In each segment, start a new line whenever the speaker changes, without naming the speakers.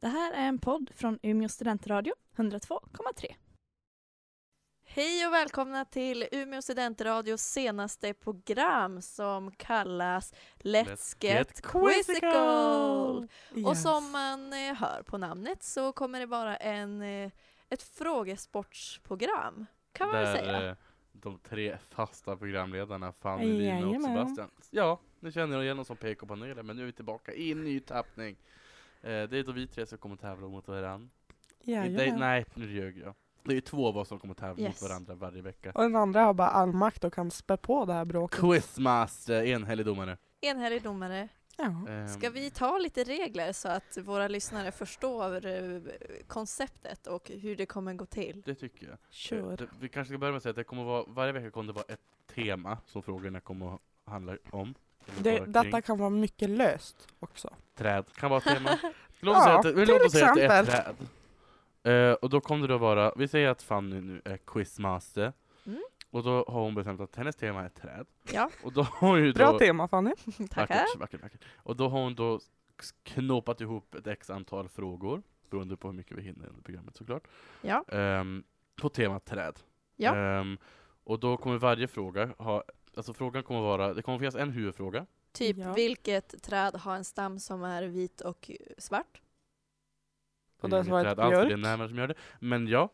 Det här är en podd från Umeå studentradio, 102,3.
Hej och välkomna till Umeå studentradios senaste program som kallas Let's, Get, Quizzical! Och som man eh, hör på namnet så kommer det vara en, eh, ett frågesportsprogram, kan man väl
Där
säga.
eh, de tre fasta programledarna Fanny, Lina och
Jajamän.
Sebastian. Ja, nu känner jag igen oss som PK-panelen, men nu är vi tillbaka i en ny tappning. Eh, det är då vi tre som kommer tävla mot varandra.
Jajamän.
nej, nu ljög jag. Det är ju två av oss som kommer tävla
Yes.
mot varandra varje vecka.
Och den andra har bara all makt och kan spä på det här bråket.
Quizmaster, enhällig domare.
Enhällig domare,
Ja.
Ehm,
ska vi ta lite regler så att våra lyssnare förstår eh, konceptet och hur det kommer gå till?
Det tycker jag. Eh,
Sure.
det- Vi kanske ska börja med att säga att det kommer vara, varje vecka kommer det vara ett tema som frågorna kommer att handla om. Eller
Det,
vara
detta
kring.
kan vara mycket löst också.
Träd kan vara ett tema. Låt
Ja,
oss säga att, det- låt
till
oss säga att det är ett träd.
exempel.
Eh, och då kommer det då vara, vi säger att Fanny nu är quizmaster.
Mm.
Och då har hon bestämt att hennes tema är träd.
Ja,
Och då har hon ju
Bra
då,
tema Fanny.
tackar.
Vackert, vackert, vackert. Och då har hon då knåpat ihop ett x antal frågor, beroende på hur mycket vi hinner under programmet såklart.
Ja.
Ehm, på temat träd.
Ja.
Ehm, och då kommer varje fråga ha, alltså frågan kommer vara, det kommer finnas en huvudfråga.
Typ,
Ja.
vilket träd har en stam som är vit och svart?
Och då är
inget
svaret
träd alls, för Det är
björk.
närmare som gör det. Men ja.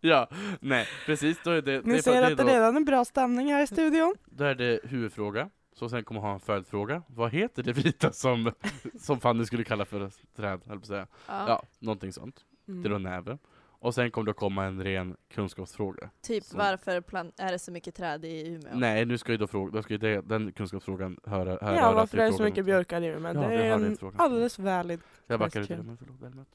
ja, nej, precis. Då är det,
Ni
det, är,
ser
det, är
att det
då,
redan är bra stämning här i studion.
då är det huvudfråga. Så sen kommer jag ha en följdfråga. Vad heter det vita som, som Fanny skulle kalla för träd, höll på att säga. Ja, någonting sånt.
Mm.
Det är då näve. Och sen kommer det komma en ren kunskapsfråga.
Typ
Så-
varför plan- är det så mycket träd i Umeå?
Nej, nu ska ju då fråga, då ska ju det, den kunskapsfrågan höra, höra
Ja, varför
till
är det så
frågan om-
mycket björkar i men
Ja,
Det
det
är
hörde jag
en
till frågan.
alldeles valid.
Jag backar ut
Quest
men förlåt, Helmut.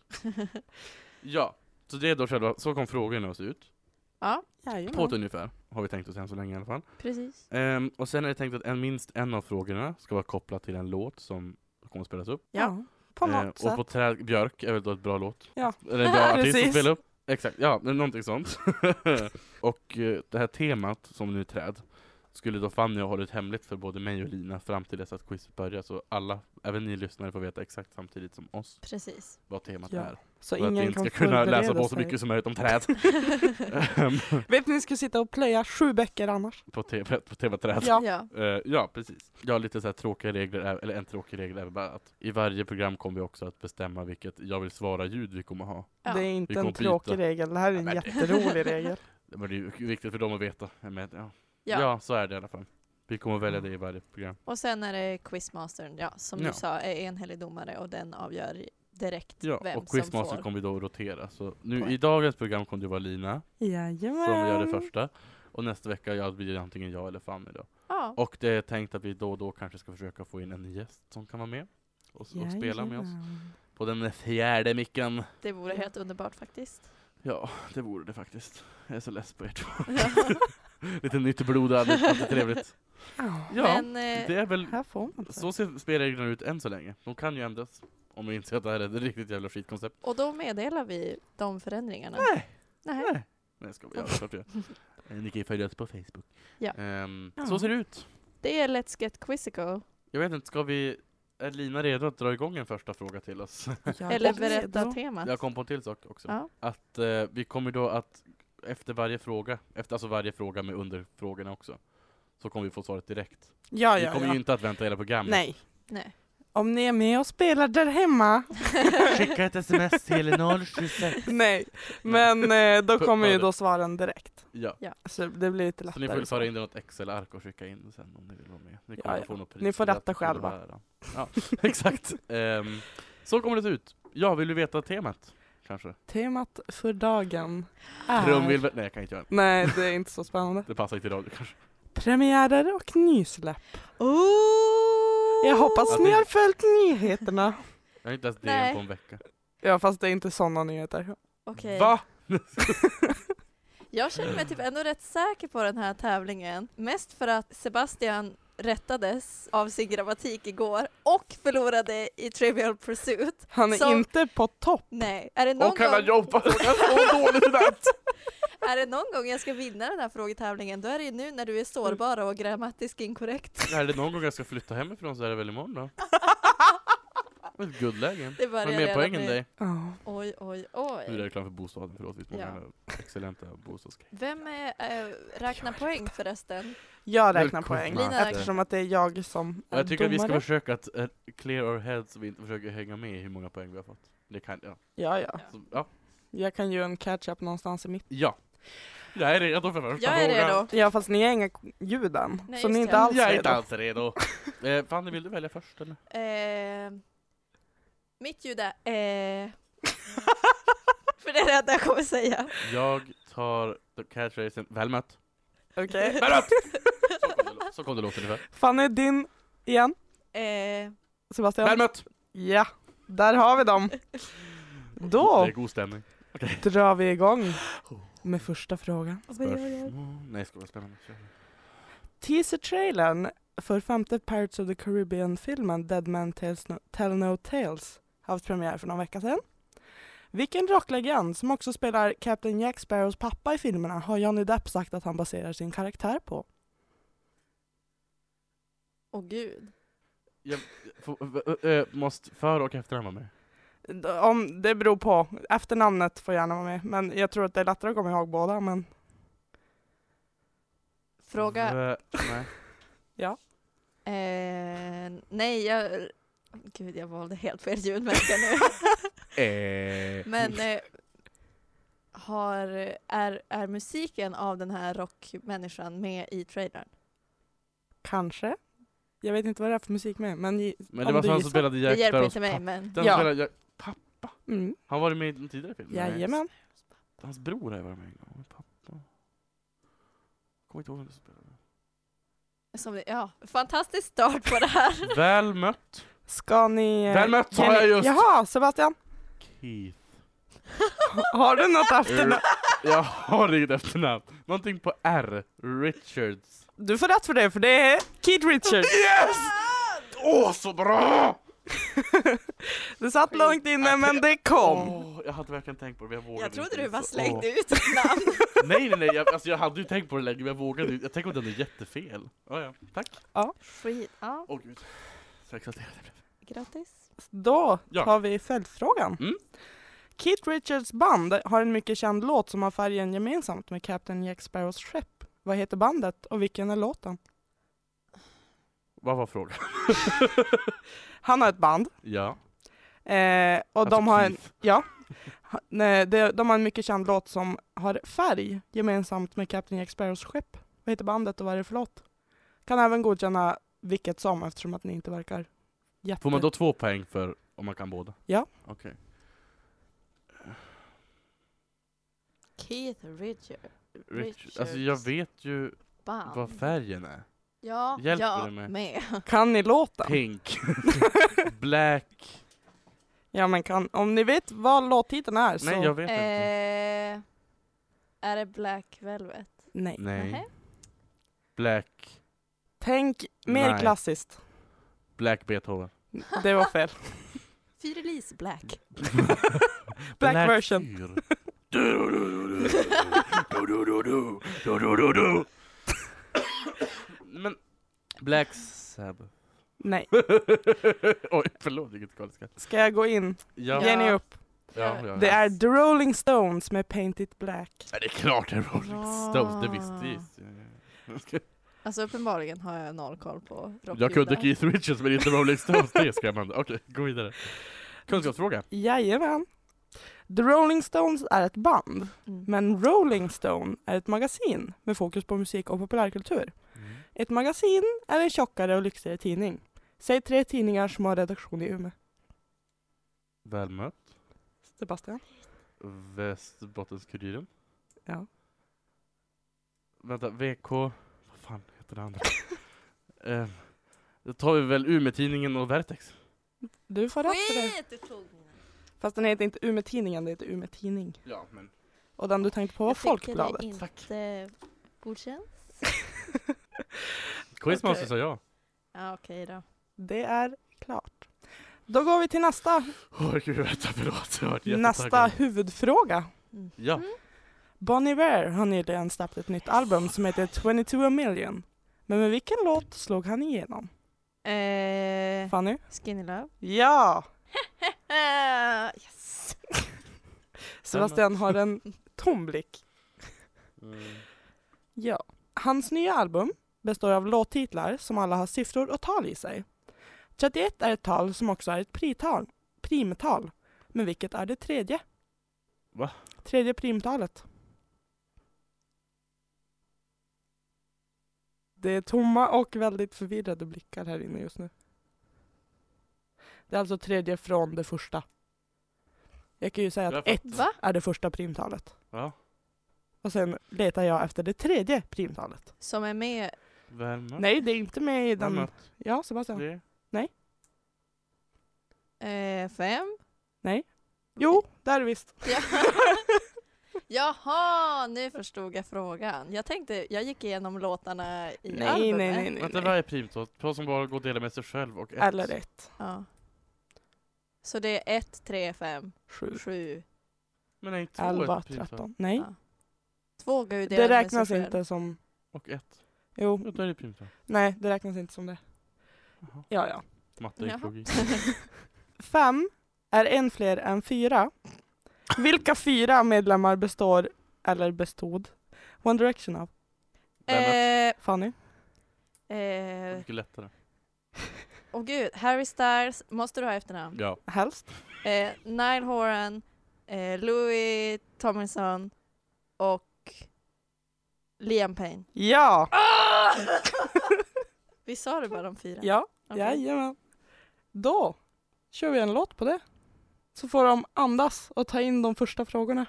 Ja, så det är då själva, så kom frågorna att se ut.
Ja,
Mm.
På ett ungefär, har vi tänkt oss än så länge i alla fall.
precis.
Ehm, och sen är det tänkt att en, minst en av frågorna ska vara kopplad till en låt som kommer att spelas upp.
Ja, på
Ehm,
något sätt.
och på träd, Björk är väl då ett bra låt?
Ja.
Eller en bra artist att
Precis.
spela upp? Exakt, ja, men någonting sånt. och eh, det här temat, som nu är träd, skulle då Fanny ha hållit hemligt för både mig och Lina fram till dess att quizet börjar, så alla, även ni lyssnare får veta exakt samtidigt som oss
Precis.
vad temat
Ja.
är.
Så
För att vi
ingen
inte
kan
ska kunna läsa
förbereda
på så
sig.
mycket som möjligt om träd.
Vet ni, ni ska sitta och plöja sju böcker annars.
på temat på tema träd.
Ja.
ja.
Eh, ja, precis. Jag har lite så här tråkiga regler, är- eller en tråkig regel är väl bara att i varje program kommer vi också att bestämma vilket jag vill svara-ljud vi kommer ha.
Ja.
Det är inte
Vi kommer
en tråkig
byta.
regel, det här är
Ja,
en
men-
jätterolig regel.
Men det är ju viktigt för dem att veta. Jag menar, ja.
Ja. Mm.
Ja. så är det i alla fall. Vi kommer att välja det i varje program.
Och sen är det quizmastern, ja, som
Ja.
du sa, är enhällig domare och den avgör direkt
Ja,
vem som
och
får.
quizmaster kommer vi då att rotera. Så nu,
Poäng.
i dagens program kommer det vara Lina
Jajamän.
som gör det första. Och nästa vecka ja, blir det antingen jag eller Fanny då.
Ja.
Och det är tänkt att vi då och då kanske ska försöka få in en gäst som kan vara med och, och spela med oss.
Jajamän.
På den fjärde micken.
Det vore helt underbart faktiskt.
Ja, det vore det faktiskt. Jag är så less på er två. Lite nytt blod och allt allt är trevligt.
Ja,
Ja,
Men
det
eh,
är väl...
här får man det.
Så ser spelreglerna ut än så länge. De kan ju ändras. Om vi inser att det här är ett riktigt jävla skitkoncept.
och då meddelar vi de förändringarna.
Nej!
Nej.
Nej, jag skojar. Ja, det är klart jag gör. Eh, Ni kan ju följa oss på Facebook.
Ja.
Ehm,
Ja.
Så ser det ut.
Det är Let's Get Quizzical.
Jag vet inte, ska vi... Är Lina redo att dra igång en första fråga till oss?
Jag
Eller
är
berätta
redo.
temat.
Jag kom på en till sak också.
Ja.
Att eh, vi kommer då att efter varje fråga, efter alltså varje fråga med underfrågorna också, så kommer vi få svaret direkt.
Ja,
vi
ja,
kommer
ja.
ju inte att vänta hela programmet.
Nej.
Nej.
Om ni är med och spelar där hemma,
Skicka ett sms till 076.
nej. Men eh, då
Hör-
kommer ju
hör det.
då svaren direkt.
Ja,
Så det blir lite
så
lättare.
ni får väl föra in det i något Excel-ark och skicka in sen om ni vill vara med. Ni kommer
Ja, ja.
att få något pris.
Ni får
för det,
ratta
det kommer
själva.
vara- Ja, exakt. Ehm, så kommer det se ut. Ja, vill du veta temat? Kanske?
Äh. Temat för dagen är...
Trumvirvel? Nej, jag kan inte göra det.
Nej, det är inte så spännande.
Det passar inte i radio kanske.
Premiärer och nysläpp.
Oh!
Jag hoppas
Att
ni
det-
har följt nyheterna.
Jag har inte läst
Nej.
DN på en vecka.
Ja, fast det är inte sådana nyheter.
Okej.
Va?
Jag känner mig typ ändå rätt säker på den här tävlingen. Mest för att Sebastian rättades av sin grammatik igår och förlorade i Trivial Pursuit.
Han är
Så-
inte på topp.
Nej, är det någon,
Och kan han
gång,
jobba? Jag så dåligt i det
är det någon gång jag ska vinna den här frågetävlingen, då är det ju nu när du är sårbar och grammatiskt inkorrekt.
Är det någon gång jag ska flytta hemifrån så är det väl imorgon då? Ett guldläge.
Det
Har
börjar
mer
redan
poäng än
nu.
dig.
Ja.
Oj, oj,
Nu är
oj.
det reklam för bostaden, förlåt. Vi många excellenta bostadsgrejer.
Vem är, äh, räknar poäng förresten?
Jag räknar
Välkomna.
poäng.
Lina räknar.
Eftersom att det är jag som är
Jag tycker att vi
domare.
ska försöka att eh, clear our heads så vi inte försöker hänga med i hur många poäng vi har fått. Det kan jag.
Ja, ja.
Så, ja.
Jag kan ju en catch-up någonstans i mitten.
ja. Jag är redo för första
Jag är
frågan.
redo.
Ja, fast ni har inga ljud än.
Nej,
så
just
ni är
det.
inte alls
Jag är
redo.
inte alls redo. eh, Fanny, vill du välja först eller?
Eh, mitt ljud är... Eh, för det är det enda jag kommer säga.
Jag tar the catch racen. Väl mött.
Okej.
Väl mött! Så kom det- Så kom det låta ungefär.
Fanny, din igen.
Eh,
Sebastian.
Väl mött!
Ja, där har vi dem. Då
Det är god stämning.
drar vi igång
Oh.
med första frågan.
Spörsmål. Nej, ska vara spännande. Kör.
Teaser-trailern för femte Pirates of the Caribbean-filmen Dead Man Tells no, Tell No Tales har haft premiär för någon vecka sedan. Vilken rocklegend som också spelar Captain Jack Sparrows pappa i filmerna har Johnny Depp sagt att han baserar sin karaktär på?
Åh gud.
Jag, får- eh, eh, måste för och efternamn vara med?
Om, det beror på. Efternamnet får gärna vara med, men jag tror att det är lättare att komma ihåg båda. Men
Fråga.
V- nej.
Eh, nej, jag... Gud, jag valde helt fel ljud märker jag nu.
Eh.
Men eh, har, är, är musiken av den här rockmänniskan med i trailern?
kanske. Jag vet inte vad det är för musik med, men... gi-
Men det
om
var
du
han
gissar-
som spelade
Det
Jack
hjälper
Sparrows
inte mig,
pappa.
men...
Den
Ja.
som spelade Jack... Pappa?
Mm.
Han var ju med i en tidigare film? Nej.
Jajamän.
Hans bror har ju varit med en gång. Pappa. Kommer inte ihåg vem det spelade.
Som, ja, fantastisk start på det här.
Väl mött.
Ska ni... eh,
Väl mött, sa
ge ni-
jag just.
Jaha, Sebastian!
Keith.
Har du något efternamn?
Jag har inget efternamn. Någonting på R. Richards.
Du får rätt för det, för det är Keith Richards.
Yes! Åh, så bra!
Du satt långt inne, men det kom.
Åh, jag hade verkligen tänkt på det, men jag vågade
Jag trodde
inte.
du bara
Så-
slängde
åh.
ut ditt namn.
Nej, nej, nej. Jag, alltså, jag hade ju tänkt på det länge, men jag vågade inte. Jag tänker om den är jättefel. Ja, ja. Tack.
Skit. Ja,
Åh, gud. Så exalterad jag blev.
grattis.
Då
Ja.
tar vi följdfrågan.
Mm.
Keith Richards band har en mycket känd låt som har färgen gemensamt med Captain Jack Sparrows skepp. Vad heter bandet och vilken är låten?
Vad var frågan?
Han har ett band
Ja.
eh, och
Alltså,
de har en ha- nej, de, de har en mycket känd låt som har färg gemensamt med Captain Jack Sparrows skepp. Vad heter bandet och vad är det för låt? Kan även godkänna vilket som eftersom att ni inte verkar jätte...
Får man då två poäng för om man kan båda?
Ja.
Okej.
Keith Richard.
Rich, alltså jag
Richards.
vet ju
Band.
vad färgen är.
Ja,
Hjälper
jag
du mig?
Kan ni låten?
Pink. Black.
Ja men kan, om ni vet vad låttiteln är så...
Nej, jag vet inte.
Eh, är det Black Velvet?
Nej.
Nej.
nähä.
Black.
Tänk mer
Nej.
klassiskt.
Black Beethoven.
Det var fel.
Fyrilis Black.
Black version.
Fyr. Du, du, du, du, du, du, du, du, du, du, du. Men Black Sabbath.
Nej.
Oj, förlåt vilket skådespel.
Ska jag gå in?
Ja,
Ge ni upp.
ja, ja.
Det är The Rolling Stones med Paint It Black.
Ja, det är klart det är Rolling
Bra.
Stones, det visste jag.
Alltså uppenbarligen har jag noll koll på rockljud
Jag kunde
där.
Keith Richards men inte Rolling Stones, det är skrämmande. Okej, gå vidare. Kunskapsfråga.
Jajamän. The Rolling Stones är ett band,
Mm.
men Rolling Stone är ett magasin med fokus på musik och populärkultur.
Mm.
Ett magasin är en tjockare och lyxigare tidning. Säg tre tidningar som har redaktion i Umeå.
Väl mött.
Sebastian?
Västerbottens-Kuriren.
Ja.
Vänta, VK... Vad fan heter det andra? eh, då tar vi väl Umeå-Tidningen och Vertex.
Du får rätt för det.
Skit! Du tog mina.
Fast den heter inte Umeå-tidningen, det heter Umeå Tidning.
Ja, men...
Och den du tänkte på var
Jag tycker typ det
Folkbladet.
inte godkänt.
Quizmaster
Okej.
sa jag.
Ja, okej då.
Det är klart. Då går vi till nästa,
Åh gud, vänta, förlåt. Jag har varit
nästa
jättetaggad.
huvudfråga.
Mm.
Ja.
Bon Iver har nyligen släppt ett nytt album som heter 22 a million. Men med vilken låt slog han igenom?
Eh,
Fanny?
Skinny Love.
Ja!
Yeah! Eh, Yes!
Sebastian har en tom blick.
Mm.
Ja. Hans nya album består av låttitlar som alla har siffror och tal i sig. 31 är ett tal som också är ett prital, primtal, men vilket är det tredje?
Va?
Tredje primtalet. Det är tomma och väldigt förvirrade blickar här inne just nu. Det är alltså tredje från det första. Jag kan ju säga att
Jag
ett
fattar.
Va?
är det första primtalet.
Ja,
Och sen letar jag efter det tredje primtalet.
Som är med...
värme.
Nej, det är inte med i den...
Annat.
Ja, Sebastian.
Det.
Eh, fem?
Jo, där är visst.
Ja. Jaha, nu förstod jag frågan. Jag tänkte, jag gick igenom låtarna i
Nej, nej,
albumet.
nej. nej,
Vänta,
nej.
vad är primtal? Två som bara går att dela med sig själv och ett.
Eller ett,
Ja. Så det är ett, tre, fem,
sju,
sju.
Men nej, två är
elva,
ett primtal.
tretton. Nej,
Ja, Två går ju
det
delade med sig
räknas
själv.
inte som...
Och ett.
Jo,
Ja, då är det primtal.
nej, det räknas inte som det.
Jaha.
Ja, ja.
Matte
Jaha.
gick logik.
Fem är en fler än fyra. Vilka fyra medlemmar består, eller bestod, One Direction av?
Eh,
Fanny?
Det är
eh,
Mycket lättare.
åh gud, Harry Styles, måste du ha efternamn?
Ja.
Helst?
Eh, Nile Horan, eh, Louis Tomlinson och Liam Payne.
Ja!
Ah! Vi sa det bara de fyra?
Ja,
Okej.
jajamän. Då kör vi en låt på det. Så får de andas och ta in de första frågorna.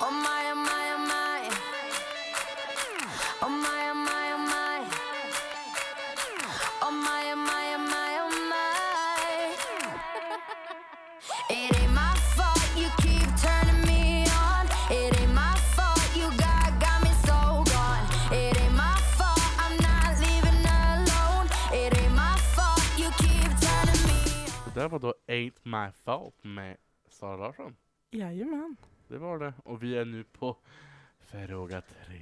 Oh my, oh my, oh my. Oh my, oh my, oh my. Oh my, oh my, oh my, oh my. It ain't my fault you keep turning me on. It ain't my fault you got got me so gone. It ain't my fault I'm not leaving alone. It ain't my fault you keep turning me on.
Det där var då Ain't My Fault med Sara Larsson.
Jajamän.
Det var det. Och vi är nu på fråga tre.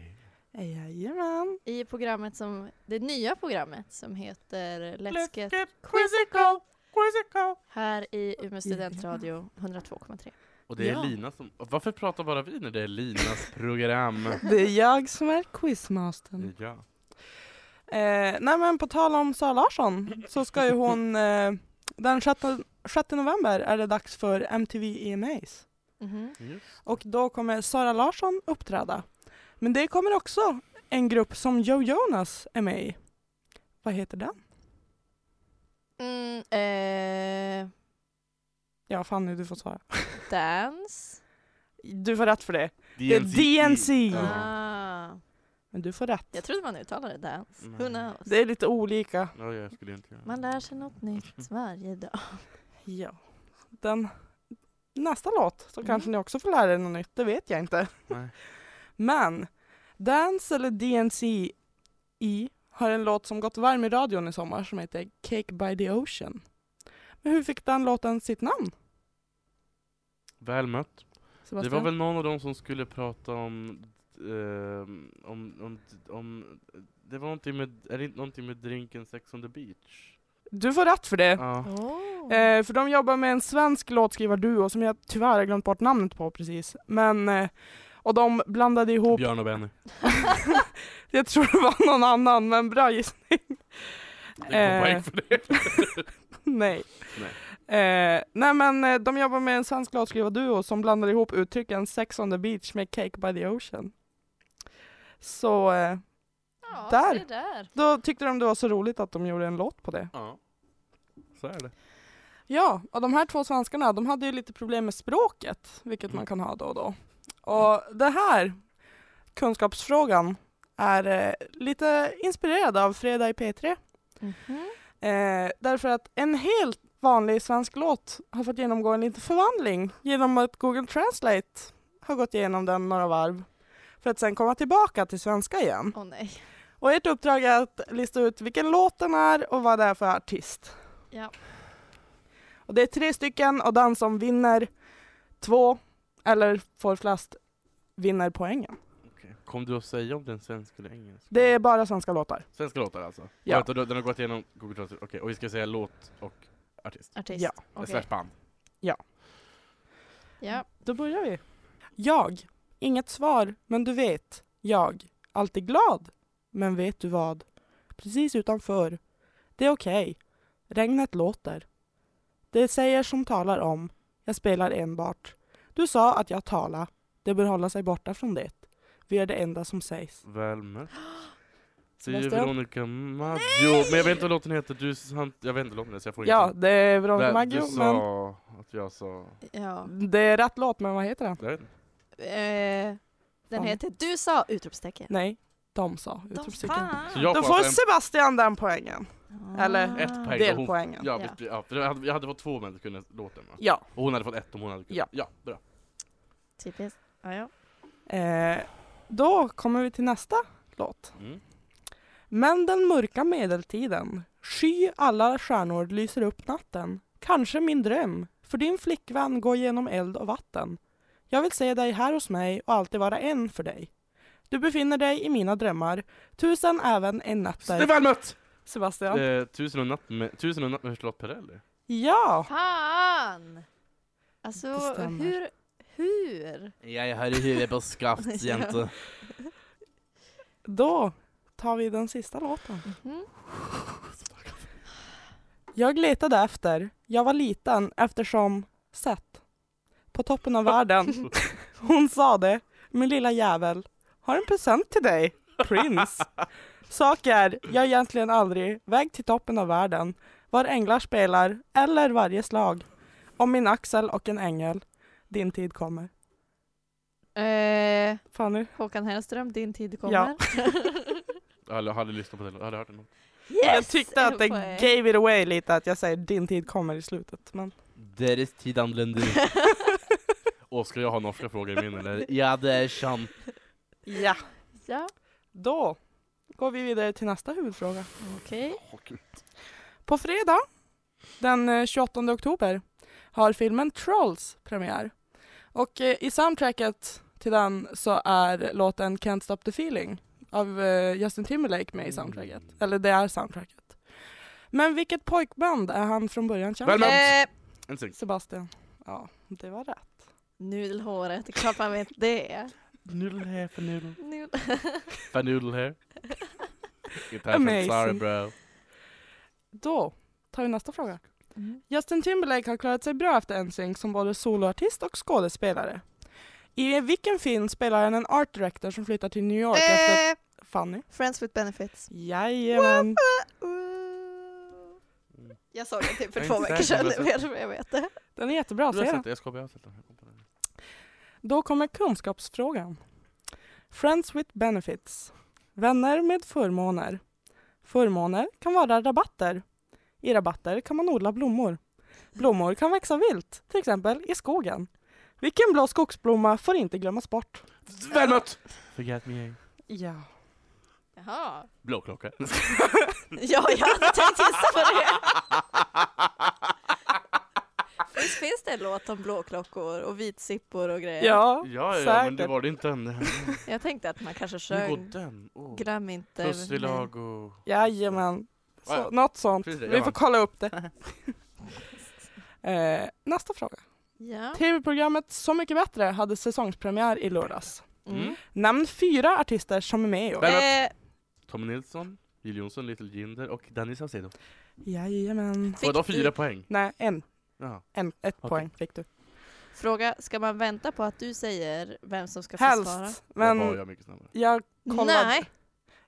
Jajamän.
I programmet som, det nya programmet som heter Let's Get
Quizzical! Quizzical!
här i Umeå studentradio 102,3.
Och det är
Ja.
Lina som... Varför pratar bara vi när det är Linas program?
Det är jag som är quizmastern.
Ja.
Eh, nej men på tal om Sara Larsson så ska ju hon eh, den 6, 6 november är det dags för MTV EMAs.
Mhm.
Just.
E Och då kommer Sara Larsson uppträda. Men det kommer också en grupp som Joe Jonas är med i. Vad heter den?
Mm, eh,
Ja, Fanny du får svara.
dance.
Du får rätt för det. är DNC.
Ja.
Ah,
Men du får rätt.
jag trodde man uttalade dance.
Nej.
Who knows?
Mm. Det är lite olika.
ja, jag skulle inte göra
Man lär sig något
Mm.
nytt varje dag.
Ja. Den nästa låt så kanske ni också får lära er något nytt, det vet jag inte.
Nej.
Men Dance eller DNC i har en låt som gått varm i radion i sommar som heter Cake by the Ocean. Men hur fick den låten sitt namn?
Väl mött. Det
Sebastian?
var väl någon av dem som skulle prata om, ehm, om, om, om det var någonting med, är det inte någonting med drinken Sex on the beach?
Du får rätt för det.
Ja.
Oh.
Eh, för de jobbar med en svensk låtskrivarduo som jag tyvärr har glömt bort namnet på precis. Men, eh, och de blandade ihop,
Björn och Benny.
jag tror det var någon annan, men bra gissning.
Det kom
Eh.
poäng för det.
Nej. Eh, nej men eh, de jobbar med en svensk låtskrivarduo som blandar ihop uttrycken Sex on the beach med Cake by the ocean. Så eh,
Ja,
där.
se där.
då tyckte de det var så roligt att de gjorde en låt på det.
Ja. Så är det.
Ja, och de här två svenskarna de hade ju lite problem med språket, vilket man kan ha då och då. Och det här, kunskapsfrågan, är eh, lite inspirerad av Fredag i P3.
Mhm.
Eh, därför att en helt vanlig svensk låt har fått genomgå en liten förvandling genom att Google Translate har gått igenom den några varv för att sen komma tillbaka till svenska igen.
Åh nej.
Och ert uppdrag är att lista ut vilken låt den är och vad det är för artist.
Ja.
Och det är tre stycken och den som vinner två eller får flest vinner poängen.
Okej. Kom du att säga om den svenska eller engelska?
Det är bara svenska låtar.
Svenska låtar alltså?
Ja.
Ja. Vänta, då- den har gått igenom Google Translate, okej, och vi ska säga låt och artist?
Artist.
Ja.
Okej.
Slash band?
ja.
Då börjar vi. Jag. Inget svar, men du vet. Jag. Alltid glad. Men vet du vad? Precis utanför. Det är okej. Regnet låter. Det säger som talar om. Jag spelar enbart. Du sa att jag tala. Det bör hålla sig borta från det. Vi är det enda som sägs.
Väl mött. Det är ju
Sebastian?
Veronica Maggio, men jag vet inte vad låten heter, du, han, jag vet inte låten heter så jag får
Ja,
ingenting.
det är
Vä-
Veronica Maggio,
Du
men
sa att jag sa...
ja.
det är rätt låt, men vad heter den?
Jag vet inte.
Eh, den
Fan.
heter Du sa! Utropstecken.
Nej, de sa
De
utropstecken.
fan.
Så jag
Då
får
får
alltså
Sebastian den poängen.
Ah.
eller
en, ett poäng. och hon-
Delpoängen.
Ja,
Ja.
visst, ja. för jag, hade, jag hade fått två om jag hade kunnat låten va?
Ja.
Och hon hade fått ett om hon hade kunnat.
Ja.
Ja, ja bra.
Typiskt. Ja, ja.
Eh, då kommer vi till nästa låt.
Mm.
Men den mörka medeltiden, sky alla stjärnor lyser upp natten. Kanske min dröm, för din flickvän går genom eld och vatten. Jag vill se dig här hos mig och alltid vara en för dig. Du befinner dig i mina drömmar, tusen även en natt
Det är
där.
väl mött!
Sebastian?
Eh, tusen och en natt med, tusen och en natt med Charlotte Perrelli.
Ja!
Fan! Alltså,
Det stämmer.
hur? Hur?
Jag har huvudet på skaft
jäntor.
Då tar vi den sista låten.
Mhm.
Jag letade efter, jag var liten eftersom sett. På toppen av världen. Hon sa det, min lilla jävel. Har en present till dig, Prince. Saker jag egentligen aldrig, väg till toppen av världen. Var änglar spelar, eller varje slag. Om min axel och en ängel. Din tid kommer.
Eh,
Fanny?
Håkan Hellström, din tid kommer.
Ja.
Jag hade lyssnat på den, jag hade hört den.
yes!
jag tyckte att det
En poäng.
gave it away lite att jag säger din tid kommer i slutet. Men
Deres tid anländer. Och ska jag ha norska frågor i min eller? Ja, det är sant.
ja,
Ja,
då går vi vidare till nästa huvudfråga.
okej.
På fredag den eh, 28 oktober har filmen Trolls premiär. Och eh, i soundtracket till den så är låten Can't Stop the Feeling av eh, Justin Timberlake med i soundtracket. Eller det är soundtracket. Men vilket pojkband är han från början känd
Väl
som?
med.
Eh,
En syn.
Sebastian. Ja, det var rätt.
nudelhåret, det är klart man vet det.
Noodle hair for noodle.
Nudel.
For noodle hair. Inte här
Amazing.
för sorry bro.
Då tar vi nästa fråga. Justin Timberlake har klarat sig bra efter NSYNC som både soloartist och skådespelare. I vilken film spelar han en art director som flyttar till New York efter
Eh,
Fanny?
Friends with benefits.
Jajamän.
Ooh. Jag såg den typ för
Jag är
två
inte
veckor sedan,
säker,
jag vet, jag vet det.
Den är jättebra,
Du har
ser
sett
jag.
det? Jag skojar, jag har sett den. Jag kom på den.
Då kommer kunskapsfrågan. Friends with benefits. Vänner med förmåner. Förmåner kan vara rabatter. I rabatter kan man odla blommor. Blommor kan växa vilt, till exempel i skogen. Vilken blå skogsblomma får inte glömmas bort?
Väl mött! Forget me.
Ja.
Jaha.
Blå klocka.
Ja, jag hade tänkt gissa på det. Visst finns det en låt om blåklockor och vitsippor och grejer?
Ja,
Ja, ja, men det
säkert.
var det inte än. Nu
Jag tänkte att man kanske
går
sjöng
den. Oh.
Glöm inte mig.
Pussilago.
Jajamän.
Ja,
Så,
ja.
något sånt.
Precis det,
Vi
ja.
får kolla upp det. eh, nästa fråga.
Ja.
Tv-programmet Så mycket bättre hade säsongspremiär i lördags.
Mm.
Nämn fyra artister som är med i år.
Vem-
Eh,
Tommy Nilsson, Jill Johnson, Little Jinder och Danny Saucedo.
Jajamän.
Får jag då
Fick
fyra poäng?
Nej, en.
Jaha.
en ett
Okej.
poäng fick du.
Fråga, ska man vänta på att du säger vem som ska få svara?
Helst.
Men... Där var
Men
jag mycket snabbare.
jag kollade,
Nej!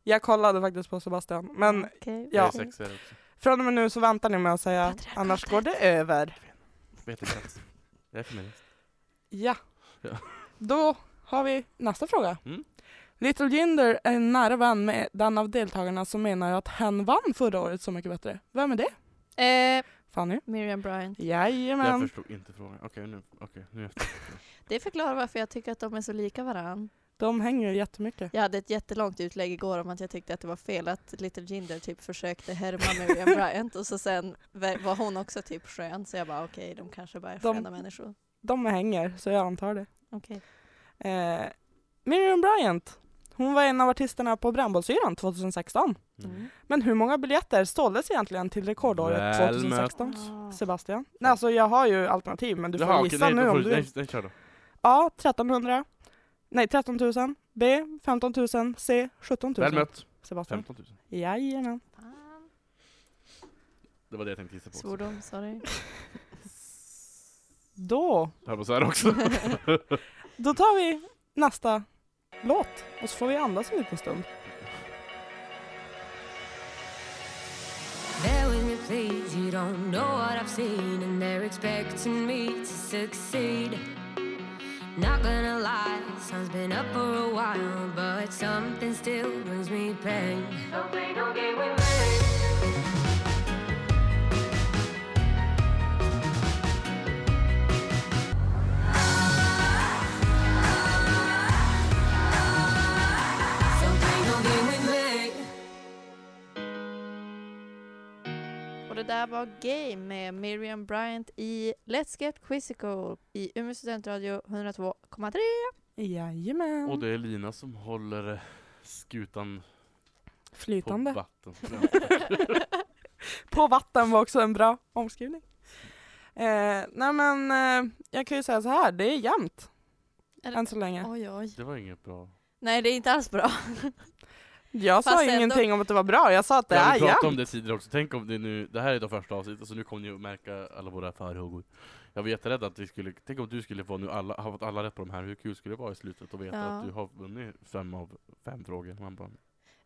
jag kollade faktiskt på Sebastian. Men
Okej.
Ja.
Jag är sexigare också.
från och med nu så väntar ni med att säga
Patriarkatet.
annars går det över.
Vet inte ens. Jag är feminist.
Ja.
Ja.
Då har vi nästa fråga.
Mm.
Little Jinder är en nära vän med den av deltagarna som menar att hen vann förra året Så mycket bättre. Vem är det?
Eh,
Fanny?
Miriam Bryant.
Jag
Jajamän.
förstod inte frågan. Okej, nu, okej, nu är jag efter.
Det förklarar varför jag tycker att de är så lika varann.
De hänger ju jättemycket.
Jag hade ett jättelångt utlägg igår om att jag tyckte att det var fel att Little Jinder typ försökte härma Miriam Bryant och så sen ver- var hon också typ skön så jag bara okej, de kanske bara är
De-
sköna människor.
De hänger, så jag antar det.
Okej.
Eh, Miriam Bryant, Hon var en av artisterna på Brännbollsyran 2016.
Mm.
Men hur många biljetter såldes egentligen till rekordåret
Väl
2016?
Ah.
Sebastian? Nej alltså jag har ju alternativ men du får
Jaha, okej,
gissa
nej, då
nu
får
om
du-
du
Nej, nej, kör då.
A. 1300 Nej 13 000 B. 15 000 C. 17 000
Väl mött.
Sebastian?
15 000.
Jajamän.
Fan.
Det var det jag tänkte gissa på också.
Svordom, sorry.
Då,
Jag höll på så här också.
då tar vi nästa låt och så får vi andas en liten stund.
Bear with me, please. You don't know what I've seen, and they're expecting me to succeed. Not gonna lie, sun's been up for a while, but something still brings me pain. Don't play no game with me. Don't play no game with me.
Och det där var Game med Miriam Bryant i Let's Get Quizzical i Umeå studentradio 102,3.
Jajamän.
Och det är Lina som håller eh, skutan
Flytande.
på vatten.
På vatten var också en bra omskrivning. Eh, nej men eh, jag kan ju säga så här, det är jämnt.
Är det-
Än så länge.
Oj, oj.
Det var inget bra.
Nej, det är inte alls bra.
Jag sa
Fast ändå-
ingenting om att det var bra, jag sa att det
Ja,
är
vi pratade
jämnt.
om det tidigare också. Tänk om det nu, det här är det första avsnittet, så nu kommer ni att märka alla våra förhågor. Jag var jätterädd att vi skulle, tänk om du skulle få nu alla, ha fått alla rätt på de här, hur kul skulle det vara i slutet att veta
Ja.
att du har vunnit fem av fem frågor? Man bara,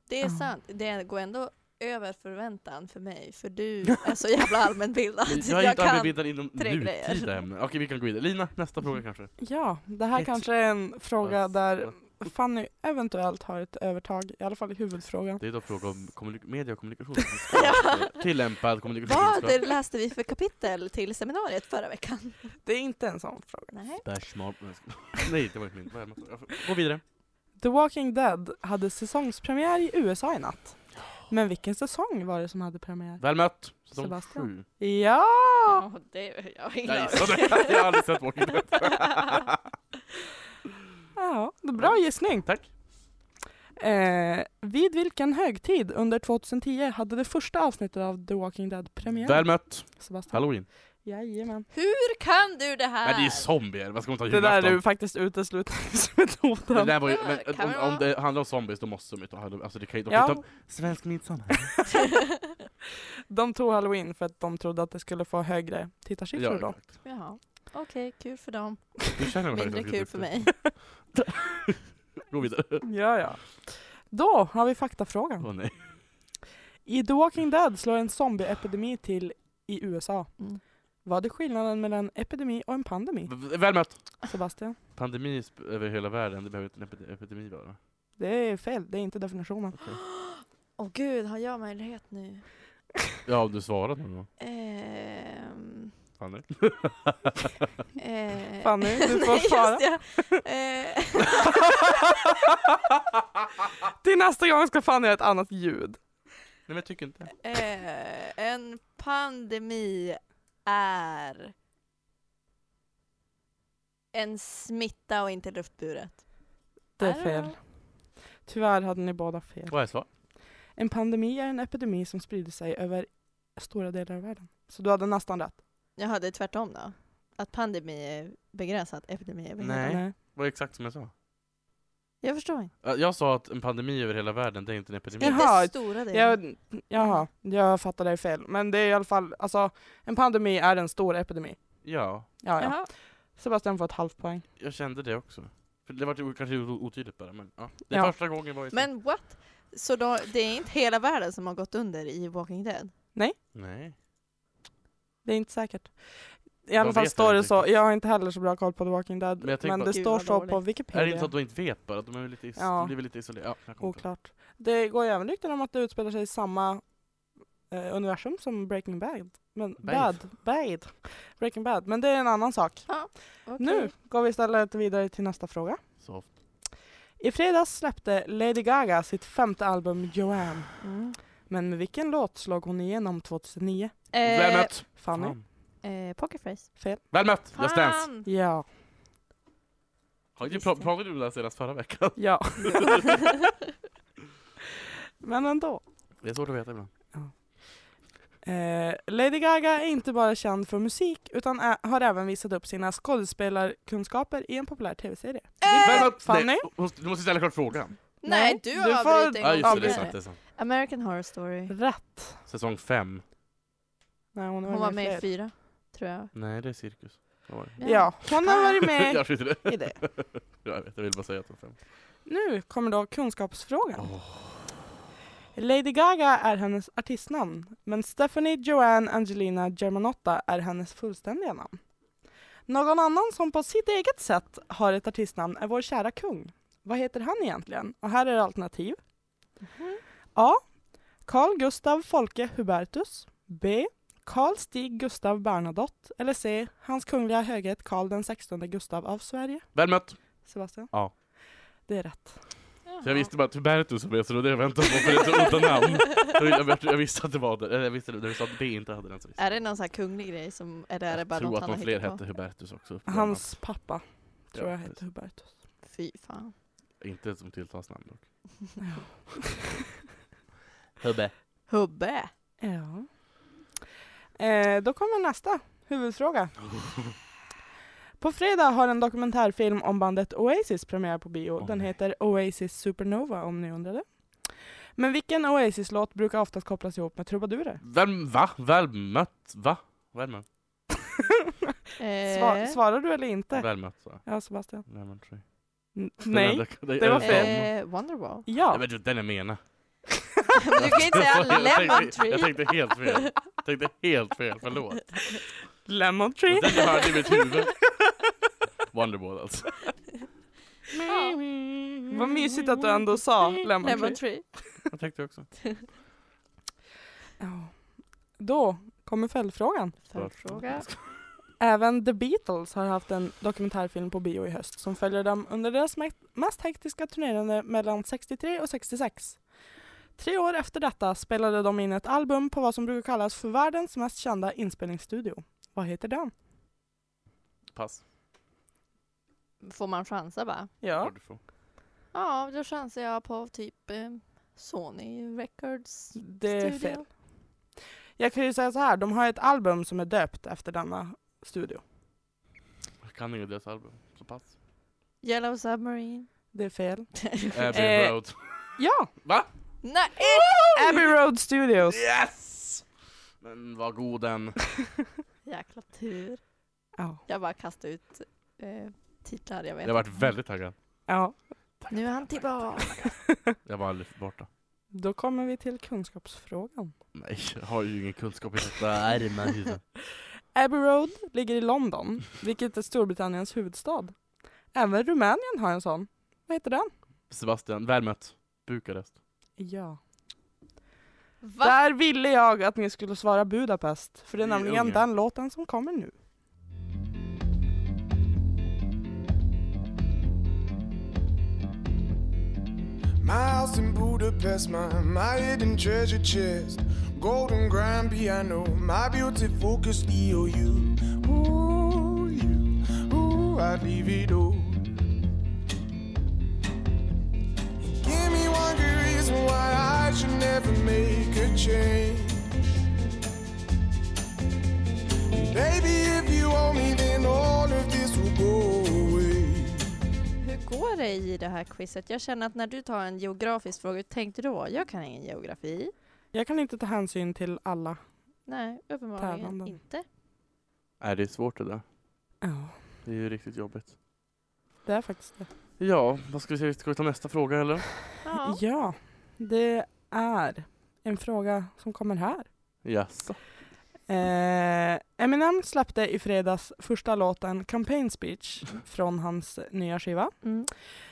Det är
Ja.
sant. Det går ändå över förväntan för mig, för du är så jävla allmänbildad.
jag är inte allmänbildad inom
Alltså, tre grejer.
nutida ämnen. Okej, vi kan gå vidare. Lina, nästa fråga kanske?
Ja, det här
Ett-
kanske är en fråga
Vad-
där
vad-
Fanny eventuellt har ett övertag, i alla fall i huvudfrågan.
Det är då fråga om kommunik- media och kommunikation.
Ja.
Tillämpad
Vad
kommunikationskunskap.
läste vi för kapitel till seminariet förra veckan?
Det är inte en sån fråga.
Nej.
Bärsmal- Nej, jag skojar. Nej, det var inte min. Vad är det? Jag får- Gå vidare.
The Walking Dead hade säsongspremiär i USA i natt. Men vilken säsong var det som hade premiär?
Väl mött! Säsong
Sebastian.
sju.
Ja!
Ja, det, jag har ingen
Jag
aning.
gissade. Jag har aldrig sett Walking Dead.
ja det är bra gissning.
Tack.
Eh, vid vilken högtid under 2010 hade det första avsnittet av The Walking Dead premiär?
Väl mött!
Sebastian?
Halloween.
Jajamän.
Hur kan du det här?
Men det är zombier, vad ska man ta
Det där är
julafton?
ju faktiskt uteslutningsmetoden.
Det där var ju,
Ja,
men,
kan
om,
det
om
vara?
det handlar om zombies då måste de ju ta Halloween, alltså det kan ju, de kan ju
ja,
ta Svensk midsommar.
de tog halloween för att de trodde att det skulle få högre tittarsiffror då.
exakt.
Jaha. Okej, kul för dem.
Du känner mig
Mindre
faktiskt.
kul för mig.
Gå vidare.
Ja, ja. Då har vi faktafrågan.
Åh nej.
I The Walking Dead slår en zombieepidemi till i USA.
Mm.
Vad är skillnaden mellan epidemi och en pandemi?
V- Väl mött!
Sebastian?
Pandemi sp- över hela världen, det behöver inte en epi- epidemi vara.
Det är fel, det är inte definitionen.
Åh gud, har jag möjlighet nu?
Ja, om du svarat någon gång.
Ehm,
Fanny.
eh,
Fanny, du får
nej, just
svara.
det. Eh,
Till nästa gång ska fan göra ett annat ljud.
Nej men jag tycker inte.
eh, en pandemi är en smitta och inte luftburet.
Det
I
är
don't
fel.
know.
Tyvärr hade ni båda fel.
Vad är svar?
En pandemi är en epidemi som sprider sig över stora delar av världen. Så du hade nästan rätt.
Jaha, det är tvärtom då? Att pandemi är begränsat, epidemi är begränsat.
Nej. Vad är exakt som jag sa?
Jag förstår inte.
Äh, Jag sa att en pandemi över hela världen, det är inte en epidemi.
Jaha.
Inte stora delar.
Jag, jaha, jag fattade dig fel. Men det är i alla fall, alltså en pandemi är en stor epidemi.
Ja,
Ja, ja.
Jaha.
Sebastian får ett halvt poäng.
jag kände det också. För det var ju kanske o- otydligt bara, men ja. Det
Ja.
första gången var ju så.
Men what? Så då, det är inte hela världen som har gått under i Walking Dead?
Nej.
Det är inte säkert. I
Jag
alla fall
vet
står det
inte
så. Jag har inte heller så bra koll på The Walking Dead.
Men
Men,
jag tänker bara-
det
Gud,
står
vad
så på
dåligt.
Är det inte så
Wikipedia.
att de inte vet bara? De, är väl lite is-
Ja.
de blir väl lite isolerade? Ja, jag kommer inte ihåg.
Oklart. Det går ju även rykten om att det utspelar sig i samma eh, universum som Breaking Bad. Men
Bad.
bad. Bad. Breaking Bad. Men det är en annan sak.
Okej.
Nu går vi istället vidare till nästa fråga.
Soft.
I fredags släppte Lady Gaga sitt femte album Joanne.
Mm.
Men med vilken låt slog hon igenom 2009?
Väl
Eh,
mött!
Fanny?
Fan.
eh, pokerface.
Fel.
Väl mött! Just Dance!
Fan!
Ja.
Har inte pra- pratat om det här senast förra veckan?
Ja. Men ändå.
Det är svårt att veta ibland.
Eh, Lady Gaga är inte bara känd för musik utan ä- har även visat upp sina skådespelarkunskaper i en populär tv-serie.
Vänta, Eh, nej,
Fanny?
hon- Du måste ställa klart frågan.
Nej,
Nej,
du
du
har
får-
avbrutit en
Ja just
gång
det, det är
okej.
sant.
tidigare.
Det är sant.
American Horror Story.
Rätt.
Säsong fem.
Nej, hon, har
Hon var
varit
med i
fler.
fyra, tror jag.
Nej, det är cirkus. Vad var det?
Ja, hon har varit med
Jag skiter i det.
i det.
Jag vet, jag vill bara säga att det är fem.
Nu kommer då kunskapsfrågan.
Åh.
Lady Gaga är hennes artistnamn, men Stephanie Joanne Angelina Germanotta är hennes fullständiga namn. Någon annan som på sitt eget sätt har ett artistnamn är vår kära kung. Vad heter han egentligen? Och här är alternativ.
Mhm.
A. Carl Gustav Folke Hubertus. B. Carl Stig Gustav Bernadotte. Eller C. Hans Kungliga Höghet Carl den 16 Gustav av Sverige.
Väl mött!
Sebastian?
Ja.
Det är rätt.
Så jag visste bara att Hubertus var med, så det var det jag väntade på, för det är ett så udda namn. Jag, jag, jag, jag visste att det var det. Eller Jag visste det, när du sa att B inte hade den så visste
Är det någon sån här kunglig grej som, eller är det bara
jag. tror
något
att
han
de
har
fler
hittat
hette Hubertus också.
Hans pappa tror
Ja,
jag
precis.
heter Hubertus.
på? Fy fan.
Inte som tilltalsnamn dock.
Ja.
Hubbe.
Hubbe!
Ja. Eh, då kommer nästa huvudfråga. På fredag har en dokumentärfilm om bandet Oasis premiär på bio.
Åh,
Den
nej.
heter Oasis Supernova om ni undrade. Men vilken Oasis-låt brukar oftast kopplas ihop med trubadurer?
Vem, va? Väl mött? Va? Väl mött?
Sva-
Eh,
svarar du eller inte?
Väl mött, sa jag.
Ja, Sebastian.
Lemon tree.
N-
Den
nej.
enda- det-
det
är
var
den
fel.
samma?
eh, Wonderwall.
Nej,
Ja.
men du, den är mena.
Men du kan ju inte säga Lemon
Jag tänkte, jag
Tree.
tänkte helt fel. Jag tänkte helt fel, förlåt.
Lemon
Men
Tree.
Den jag hörde i mitt huvud. Wonderball alltså.
Vad mysigt att du ändå sa Lemon,
Lemon
Tree.
Tree.
Jag tänkte också.
Ja. Då kommer följdfrågan.
Följdfråga.
Även The Beatles har haft en dokumentärfilm på bio i höst som följer dem under deras me- mest hektiska turnerande mellan 63 och 66. Tre år efter detta spelade de in ett album på vad som brukar kallas för världens mest kända inspelningsstudio. Vad heter den?
Pass.
Får man chansa bara?
Ja.
Ja.
Du får.
Ja, då chansar jag på typ eh, Sony Records
Det är
studio.
fel. Jag kan ju säga så här, de har ett album som är döpt efter denna studio.
Jag kan inget deras album, så pass.
Yellow Submarine.
Det är fel.
Abbey
Eh,
Road.
Ja!
Va?
Nej!
Abbey Road Studios!
Yes! Men vad god den.
Jäkla tur.
Ja.
Jag bara kastar ut eh, titlar, jag vet
Jag har varit
inte.
väldigt taggad.
ja.
Nu är han tillbaka.
Jag var alldeles borta.
Då kommer vi till kunskapsfrågan.
Nej, jag har ju ingen kunskap i detta ärme.
Abbey Road ligger i London, vilket är Storbritanniens huvudstad. Även Rumänien har en sån. Vad heter den?
Sebastian, väl mött. Bukarest.
Ja.
Va?
Där ville jag att ni skulle svara Budapest, för det är
I
nämligen
Ungern.
den låten som kommer nu.
My house in Budapest, my, my hidden treasure chest, golden grand piano, my beauty focused EOU. Ooh, you, ooh, I'd leave it all. Give me one good reason why I should never make a change. Baby, if you owe me, then all of this will go away.
Hur går det i det här quizet? Jag känner att när du tar en geografisk fråga, hur tänkte du då? Jag kan ingen geografi.
Jag kan inte ta hänsyn till alla.
Nej, uppenbarligen
Tävlande.
inte.
Nej, det är svårt det där.
Ja,
Det är ju riktigt jobbigt.
det är faktiskt det.
Ja, vad ska vi säga? Ska vi ta nästa fråga eller?
Ja.
Ja, det är en fråga som kommer här.
Jaså?
Eh, Eminem släppte i fredags första låten Campaign Speech från hans nya skiva.
Mm.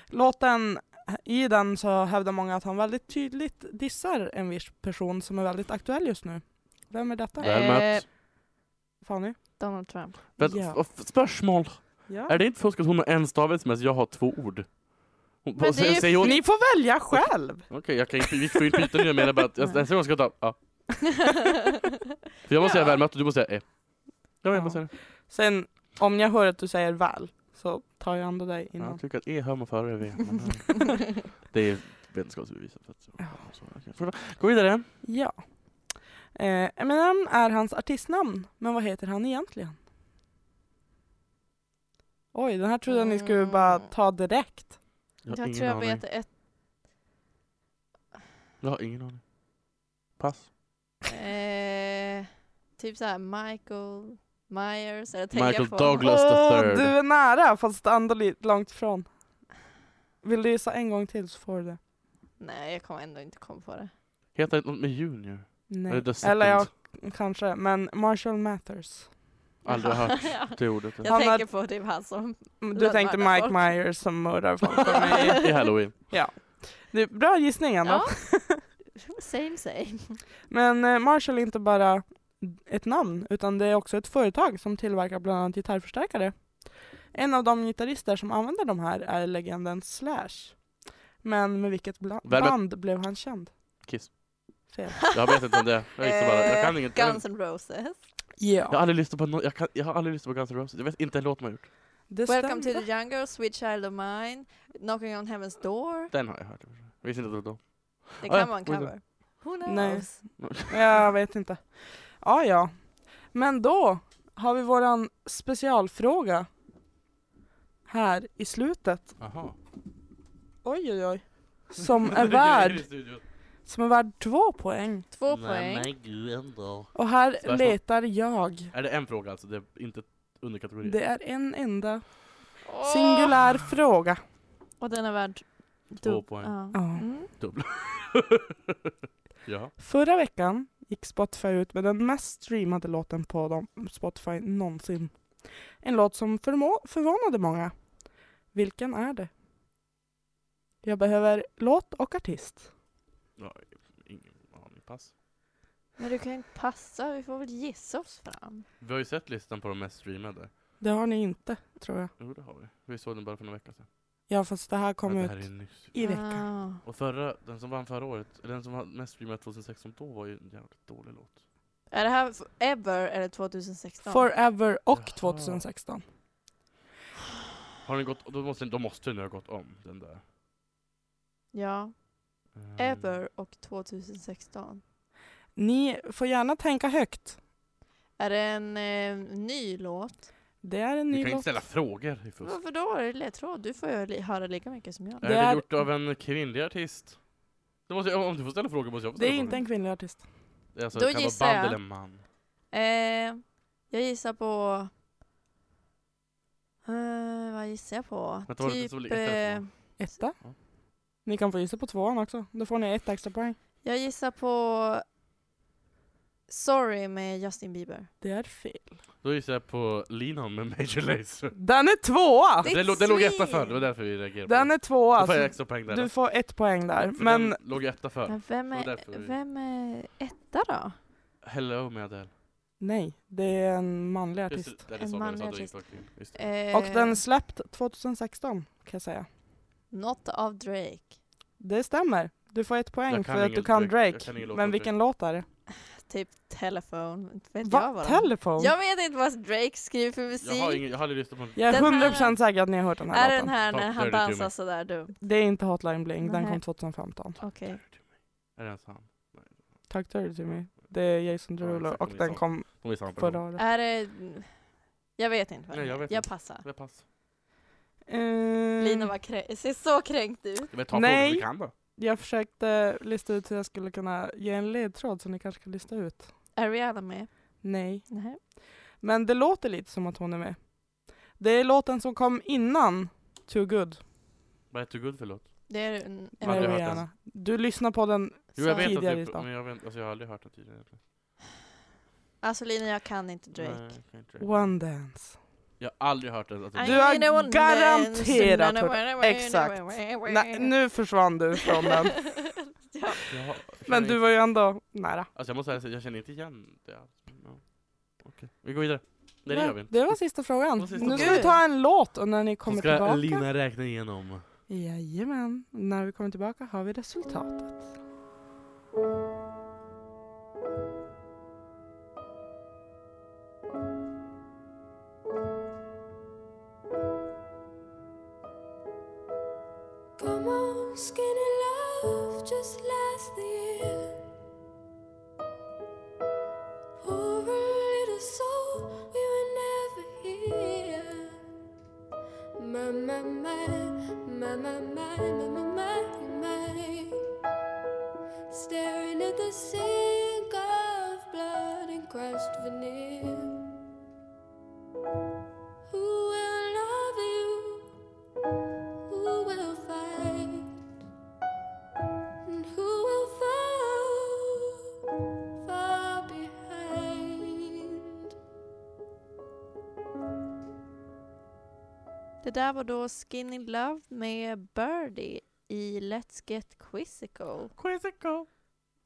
Låten, i den så hävdar många att han väldigt tydligt dissar en viss person som är väldigt aktuell just nu. Vem är detta?
Nej.
Väl mött.
Fanny?
Donald Trump.
Vänta,
Ja.
f- f- Spörsmål!
Ja.
Är det inte fusk att hon har en stavelse medan jag har två ord? Hon,
Men det är ju
säger hon,
Ni får välja själv!
Okej, jag kan inte, vi får ju inte byta nu, jag menar bara att jag- nästa gång ska jag ta, ja. För jag måste
Ja.
säga väl mött och du måste säga eh. Ja, jag
Ja.
måste säga det.
Sen om jag hör att du säger väl, så tar jag ändå dig
Ja,
innan.
jag tycker att E hör före V. men, eh, Det är vetenskapsbevisat. så att- så- så- okej. Fortsätt. Gå vidare.
Ja. Eh, Eminem är hans artistnamn, men vad heter han egentligen? Oj, den här trodde jag ni skulle bara
Mm.
ta direkt.
Jag har
jag
ingen
tror jag
aning.
vet ett...
Jag har ingen aning. Pass.
Eh, typ så här Michael Myers. Eller tänker
Michael
jag på-
Douglas
Åh,
the
du
third.
är nära, fast ändå lite långt ifrån. Vill du gissa en gång till så får du det.
Nej, jag kommer ändå inte komma på det.
Heter det något med Junior? Eller
Nej.
the second?
Eller ja, kanske, men Marshall Mathers.
Aldrig hört Typ.
Ja.
det ordet.
Jag
Han har-
tänker på typ han som...
Mm, Du
Lönnmördar
tänkte Mike
folk.
Myers som mördar folk för mig.
I halloween.
Det är bra gissning ändå.
Ja. Same same.
Men eh, Marshall är inte bara ett namn, utan det är också ett företag som tillverkar bland annat gitarrförstärkare. En av de gitarrister som använder de här är legenden Slash. Men med vilket bla-
Velvet.
band blev han känd?
Kiss.
Fel.
Jag vet inte om det är. Jag gissar bara. Jag kan
Eh,
inget.
Guns N' Roses.
Jag har
Ja,
aldrig lyssnat på no jag, kan, jag har aldrig lyssnat på Guns N' Roses. Jag vet inte en låt man har gjort.
det
Welcome to
stämde.
the jungle, sweet child of mine. Knocking on heaven's door.
Den har jag hört. Jag visste inte att det var
Det
Ah, ja,
kan vara en
oj då.
cover. Who knows?
Nej. Jag vet inte. Ja, ja. Men då har vi våran specialfråga här i slutet.
Jaha.
Oj, oj, oj. Som är värd, som är värd två poäng.
Två poäng.
men gud ändå.
Och här
Tvärtom.
letar jag.
Är det en fråga alltså? Det är inte underkategorier?
Det är en enda
Åh!
singulär fråga.
Och den är värd...
Två poäng.
Ja.
Ja.
Mm.
Ja.
Förra veckan gick Spotify ut med den mest streamade låten på dem, Spotify någonsin. En låt som förmå- förvånade många. Vilken är det? Jag behöver låt och artist.
ja. Ingen aning. Pass.
Men du kan ju inte passa, vi får väl gissa oss fram.
Vi har ju sett listan på de mest streamade.
Det har ni inte, tror jag.
Jo, det har vi. Vi såg den bara för några veckor sedan.
Ja, fast det här kom
ja,
ut
det här är nyss.
i veckan.
Ah.
Och förra, den som vann förra året, eller den som var mest streamad 2016, då var ju en jävligt dålig låt.
Är det här Ever eller 2016?
Forever
Jaha.
och 2016.
Har den gått, då måste, då måste den ju ha gått om, den där.
Ja,
Eh,
Ever och 2016.
Ni får gärna tänka högt.
Är det en eh, ny låt?
Det är en
Ni
ny
kan ju inte
låt.
ställa frågor i fusk.
Varför då? Är det ledtråd? Du får ju li- höra lika mycket som jag.
Är
Det
det
är-
gjort av en kvinnlig artist? Då måste jag, om du får ställa frågor måste jag få
Det
ställa
är inte
frågor.
en kvinnlig artist.
Det är Alltså,
Då
det kan vara
gissar
band
jag.
eller man.
Eh, jag gissar på... Eh, vad gissar jag på?
Vänta, var det inte så lite
eh,
två?
Etta.
Ja.
Ni kan få gissa på tvåan också. Då får ni ett extra poäng.
jag gissar på... Sorry med Justin Bieber.
Det är fel.
Då gissar jag på Linon med Major Lazer.
Den är tvåa!
Ditt
Det, lå- det låg etta
svin!
för, det var därför vi reagerade. på
Den
det.
är tvåa.
Då får jag
Så
extra poäng där.
du får ett poäng där.
För
Men
Den låg etta för.
Men vem
Det var
är,
därför vi-
vem är etta då?
Hello med Adele.
nej, det är en manlig
Just
artist.
det, det, är
En
så, men jag sa
manlig
att
artist.
det inte var kvinnlig. Just det.
Eh,
Och den släppt 2016 kan jag säga.
Något av Drake.
Det stämmer. Du får ett poäng
Jag kan
för att
ingen
du kan
Drake. Jag
Drake.
kan ingen låt
men
av
vilken låt är det?
Typ telefon. Inte Vet jag
Va?
vad den-
Telefon?
Jag vet inte vad Drake skriver för
Jag har,
musik.
ingen, jag har aldrig lyssnat på en...
Jag är
Den här-
100% säker att ni har hört den här
Är
låten.
den här när
Talk
han
dirty to
dansar
me.
sådär dumt?
Det är inte Hotline Bling, den
Nej.
kom 2015.
Okej.
Är det ens han?
Tack Dirty to me. Det är Jason
Ja,
Derulo
exakt,
och
det är
den
sant.
kom
Hon är samma person.
förra året.
Är det... Jag vet inte vad
Nej,
den
jag
är.
vet
jag
inte.
passar.
Det är pass.
Ehm,
Lina var krä- ser så kränkt ut.
Men ta
Nej.
frågor vi kan då.
Jag försökte lista ut hur jag skulle kunna ge en ledtråd som ni kanske kan lista ut.
Är Rihanna med?
Nej.
Nej.
Men det låter lite som att hon är med. Det är låten som kom innan Too Good
Vad är Too Good för låt?
Det är en... en
Aldrig
med
hört
Rihanna. Du lyssnar på den.
Jo
Så-
jag vet att
Tidigare
det,
listan.
men jag, vet, alltså, jag har aldrig hört den tidigare. egentligen.
Alltså Lina, jag kan inte Drake.
Nej, jag kan inte Drake.
One Dance.
Jag har aldrig hört den. Alltså,
I
Du har
need a one
garanterat
dance.
Exakt. Nej, nu försvann du från den.
ja.
jag, har-
Men
känner
du
inte-
var ju ändå nära.
Alltså, jag måste säga, jag känner inte igen det. alls. Men, ja. Okej, vi går vidare. Nej det
Men
gör vi inte.
det var sista frågan.
Det var sista
nu ska
frågan.
vi ta en låt och när ni
Så
kommer
ska
tillbaka.
Lina räkna igenom.
Jajamän. När vi kommer tillbaka har vi resultatet.
Skinny love just last the year. Poor little soul, we were never here. My, my, my, my, my, my, my, my, my, my. Staring at the sink of blood and crushed veneer. Who will love you? Who will fight? And who will fall far behind?
Det där var då Skinny Love med Birdie i Let's Get Quizzical.
Quizzical!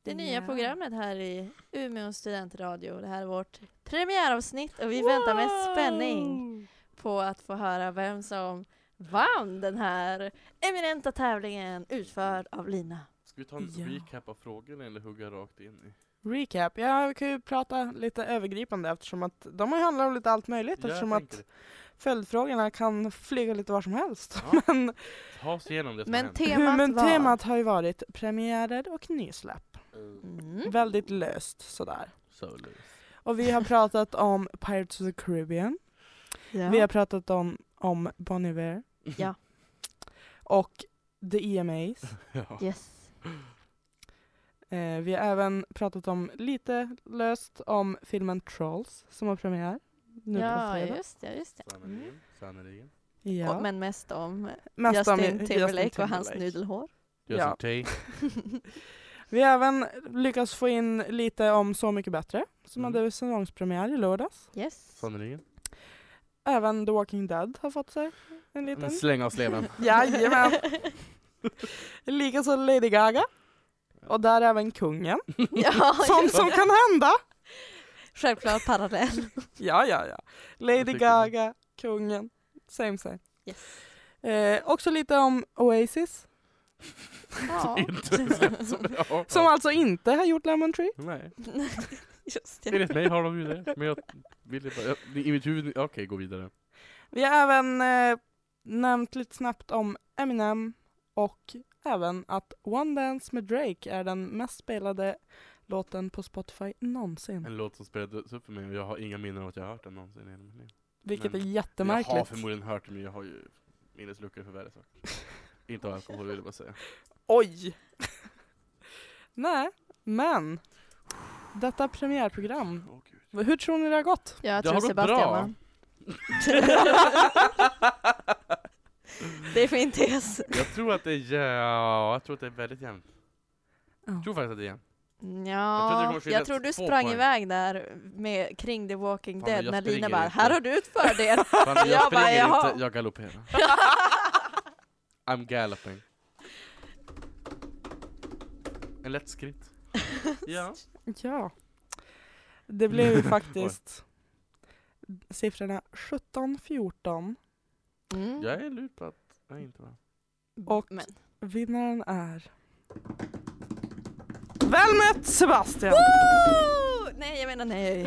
Det nya
Yeah.
programmet här i Umeå studentradio. Det här är vårt premiäravsnitt och vi väntar med spänning på att få höra vem som vann den här eminenta tävlingen utförd av Lina.
Ska vi ta en
Ja.
recap av frågorna eller hugga rakt in i?
Recap. Ja, vi kan ju prata lite övergripande eftersom att de har ju handlat om lite allt möjligt
Jag
eftersom
tänker
att följdfrågorna kan flyga lite var som helst.
Ja.
Men,
Ta oss igenom det som
Men
hänt.
temat
men
var...
temat har ju varit premiärer och nysläpp.
Mm.
Väldigt löst sådär.
So loose.
Och vi har pratat om Pirates of the Caribbean.
Ja.
Vi har pratat om, om Bon Iver.
Ja.
Och The E EMAs.
Ja.
Yes.
Eh, vi har även pratat om lite löst om filmen Trolls som har premiär nu på
Ja,
fredag.
just det. Just det.
Sannerligen. Sannerligen.
Ja.
Och, men mest om
Mest
Justin,
om Ju-
Timberlake och hans
Timberlake.
nudelhår.
Just ja.
Vi har även lyckats få in lite om Så mycket bättre som
Mm.
hade säsongspremiär i lördags.
Yes.
Sannerligen.
Även The Walking Dead har fått sig en liten.
Men släng av sleven.
Jajamän! Likaså Lady Gaga. Och där även kungen.
ja,
Sånt
just
som
det.
kan hända!
Självklart parallell.
Ja, ja, ja.
Jag
Lady
tycker
Gaga, kungen. Same, same.
Yes.
Eh, också lite om Oasis,
Ja.
Inte släppt som ja.
som alltså inte har gjort Lemon Tree.
Nej.
Just det.
Enligt mig har de ju det. Men jag ville bara... Jag, I mitt huvud... Okej, gå vidare.
Vi har även eh, nämnt lite snabbt om Eminem och även att One Dance med Drake är den mest spelade låten på Spotify någonsin.
En låt som spelades upp för mig och jag har inga minnen av att jag har hört den någonsin i hela mitt liv.
Vilket
men Jag
är
har
jättemärkligt.
förmodligen hört den men jag har ju minnesluckor för värre saker. Inte av alkohol vill jag bara säga.
Oj! Nej, men detta premiärprogram,
Åh gud.
hur tror ni det har gått?
Jag
Det
tror
har gått
Sebastian
bra.
vann. det är fin tes.
Jag tror att det är ja, jag tror att det är väldigt jämnt.
Ja.
Jag tror faktiskt att det är jämnt. trodde det
Ja,
kommer skilja
jag tror du
två
sprang
poäng.
iväg där med, kring The Walking
Fan,
Dead
jag
när Lina
springer
bara
inte.
”Här har du ett fördel”.
Fan, jag,
Jag bara,
springer
jaha.
inte, jag galopperar. I'm galloping. En lätt skritt. Ja.
Ja, det blev ju faktiskt siffrorna 17, 14
Mm.
Jag är lur på att jag inte var.
och
Men.
Vinnaren är... Väl mött Sebastian!
Woo! Nej, jag menar nej.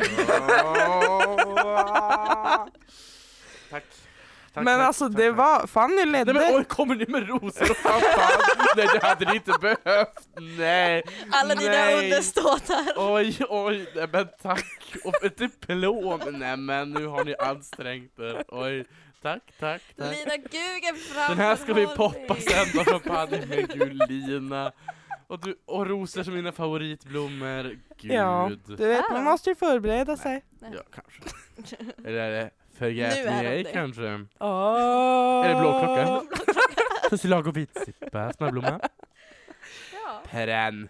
Tack. Tack,
men
tack,
alltså
tack,
det
tack.
var, Fanny ledde.
Nej men oj, kommer ni med rosor och champagne? Nej det hade ni inte behövt, nej!
Alla dina
Nej.
underståtar.
Oj, oj, nej men tack! Och ett diplom! Nej men nu har ni ansträngt er, oj! Tack, tack, tack!
Lina Gugen framför
Den här ska vi
Holmby.
poppa sen då, champagne med Julina! Och, du, och rosor som mina favoritblommor, gud!
ja, du vet
Ah.
man måste ju förbereda sig.
Ja, kanske. Eller är det förgät
Nu är
mig
de
ej
det.
kanske?
Oh.
Är det blåklocka? Fusslag och vitsippa, snöblomma.
Ja.
Perenn.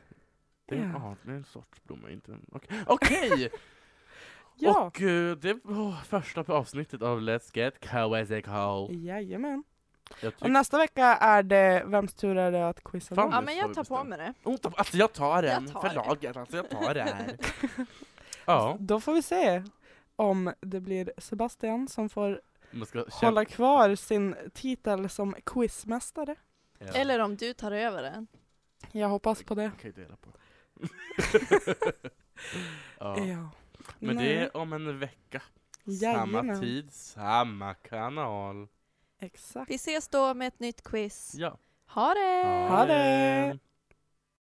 Det är,
Ja.
ja. det är en sorts blomma, inte en... Okej! Okej!
Ja.
Och eh, det var första avsnittet av Let's Get Quizzical.
Jajamän.
Jag tycker...
Mm.
Och nästa vecka är det Vems tur är det att quizza
Fan.
då?
ja, men jag tar på mig det.
Oh, ta- alltså jag tar den
Jag tar
för
det.
laget, alltså jag tar det här. ja,
Då får vi se om det blir Sebastian som får
man ska
hålla kvar sin titel som quizmästare.
Ja.
Eller om du tar över den.
Jag hoppas på det.
Man kan ju dela på. ja.
Eh,
Ja.
Men
Nej.
det är om en vecka. Samma
Jajamän.
tid, samma kanal.
Exakt.
Vi ses då med ett nytt quiz.
Ja.
Ha det!
Ha det!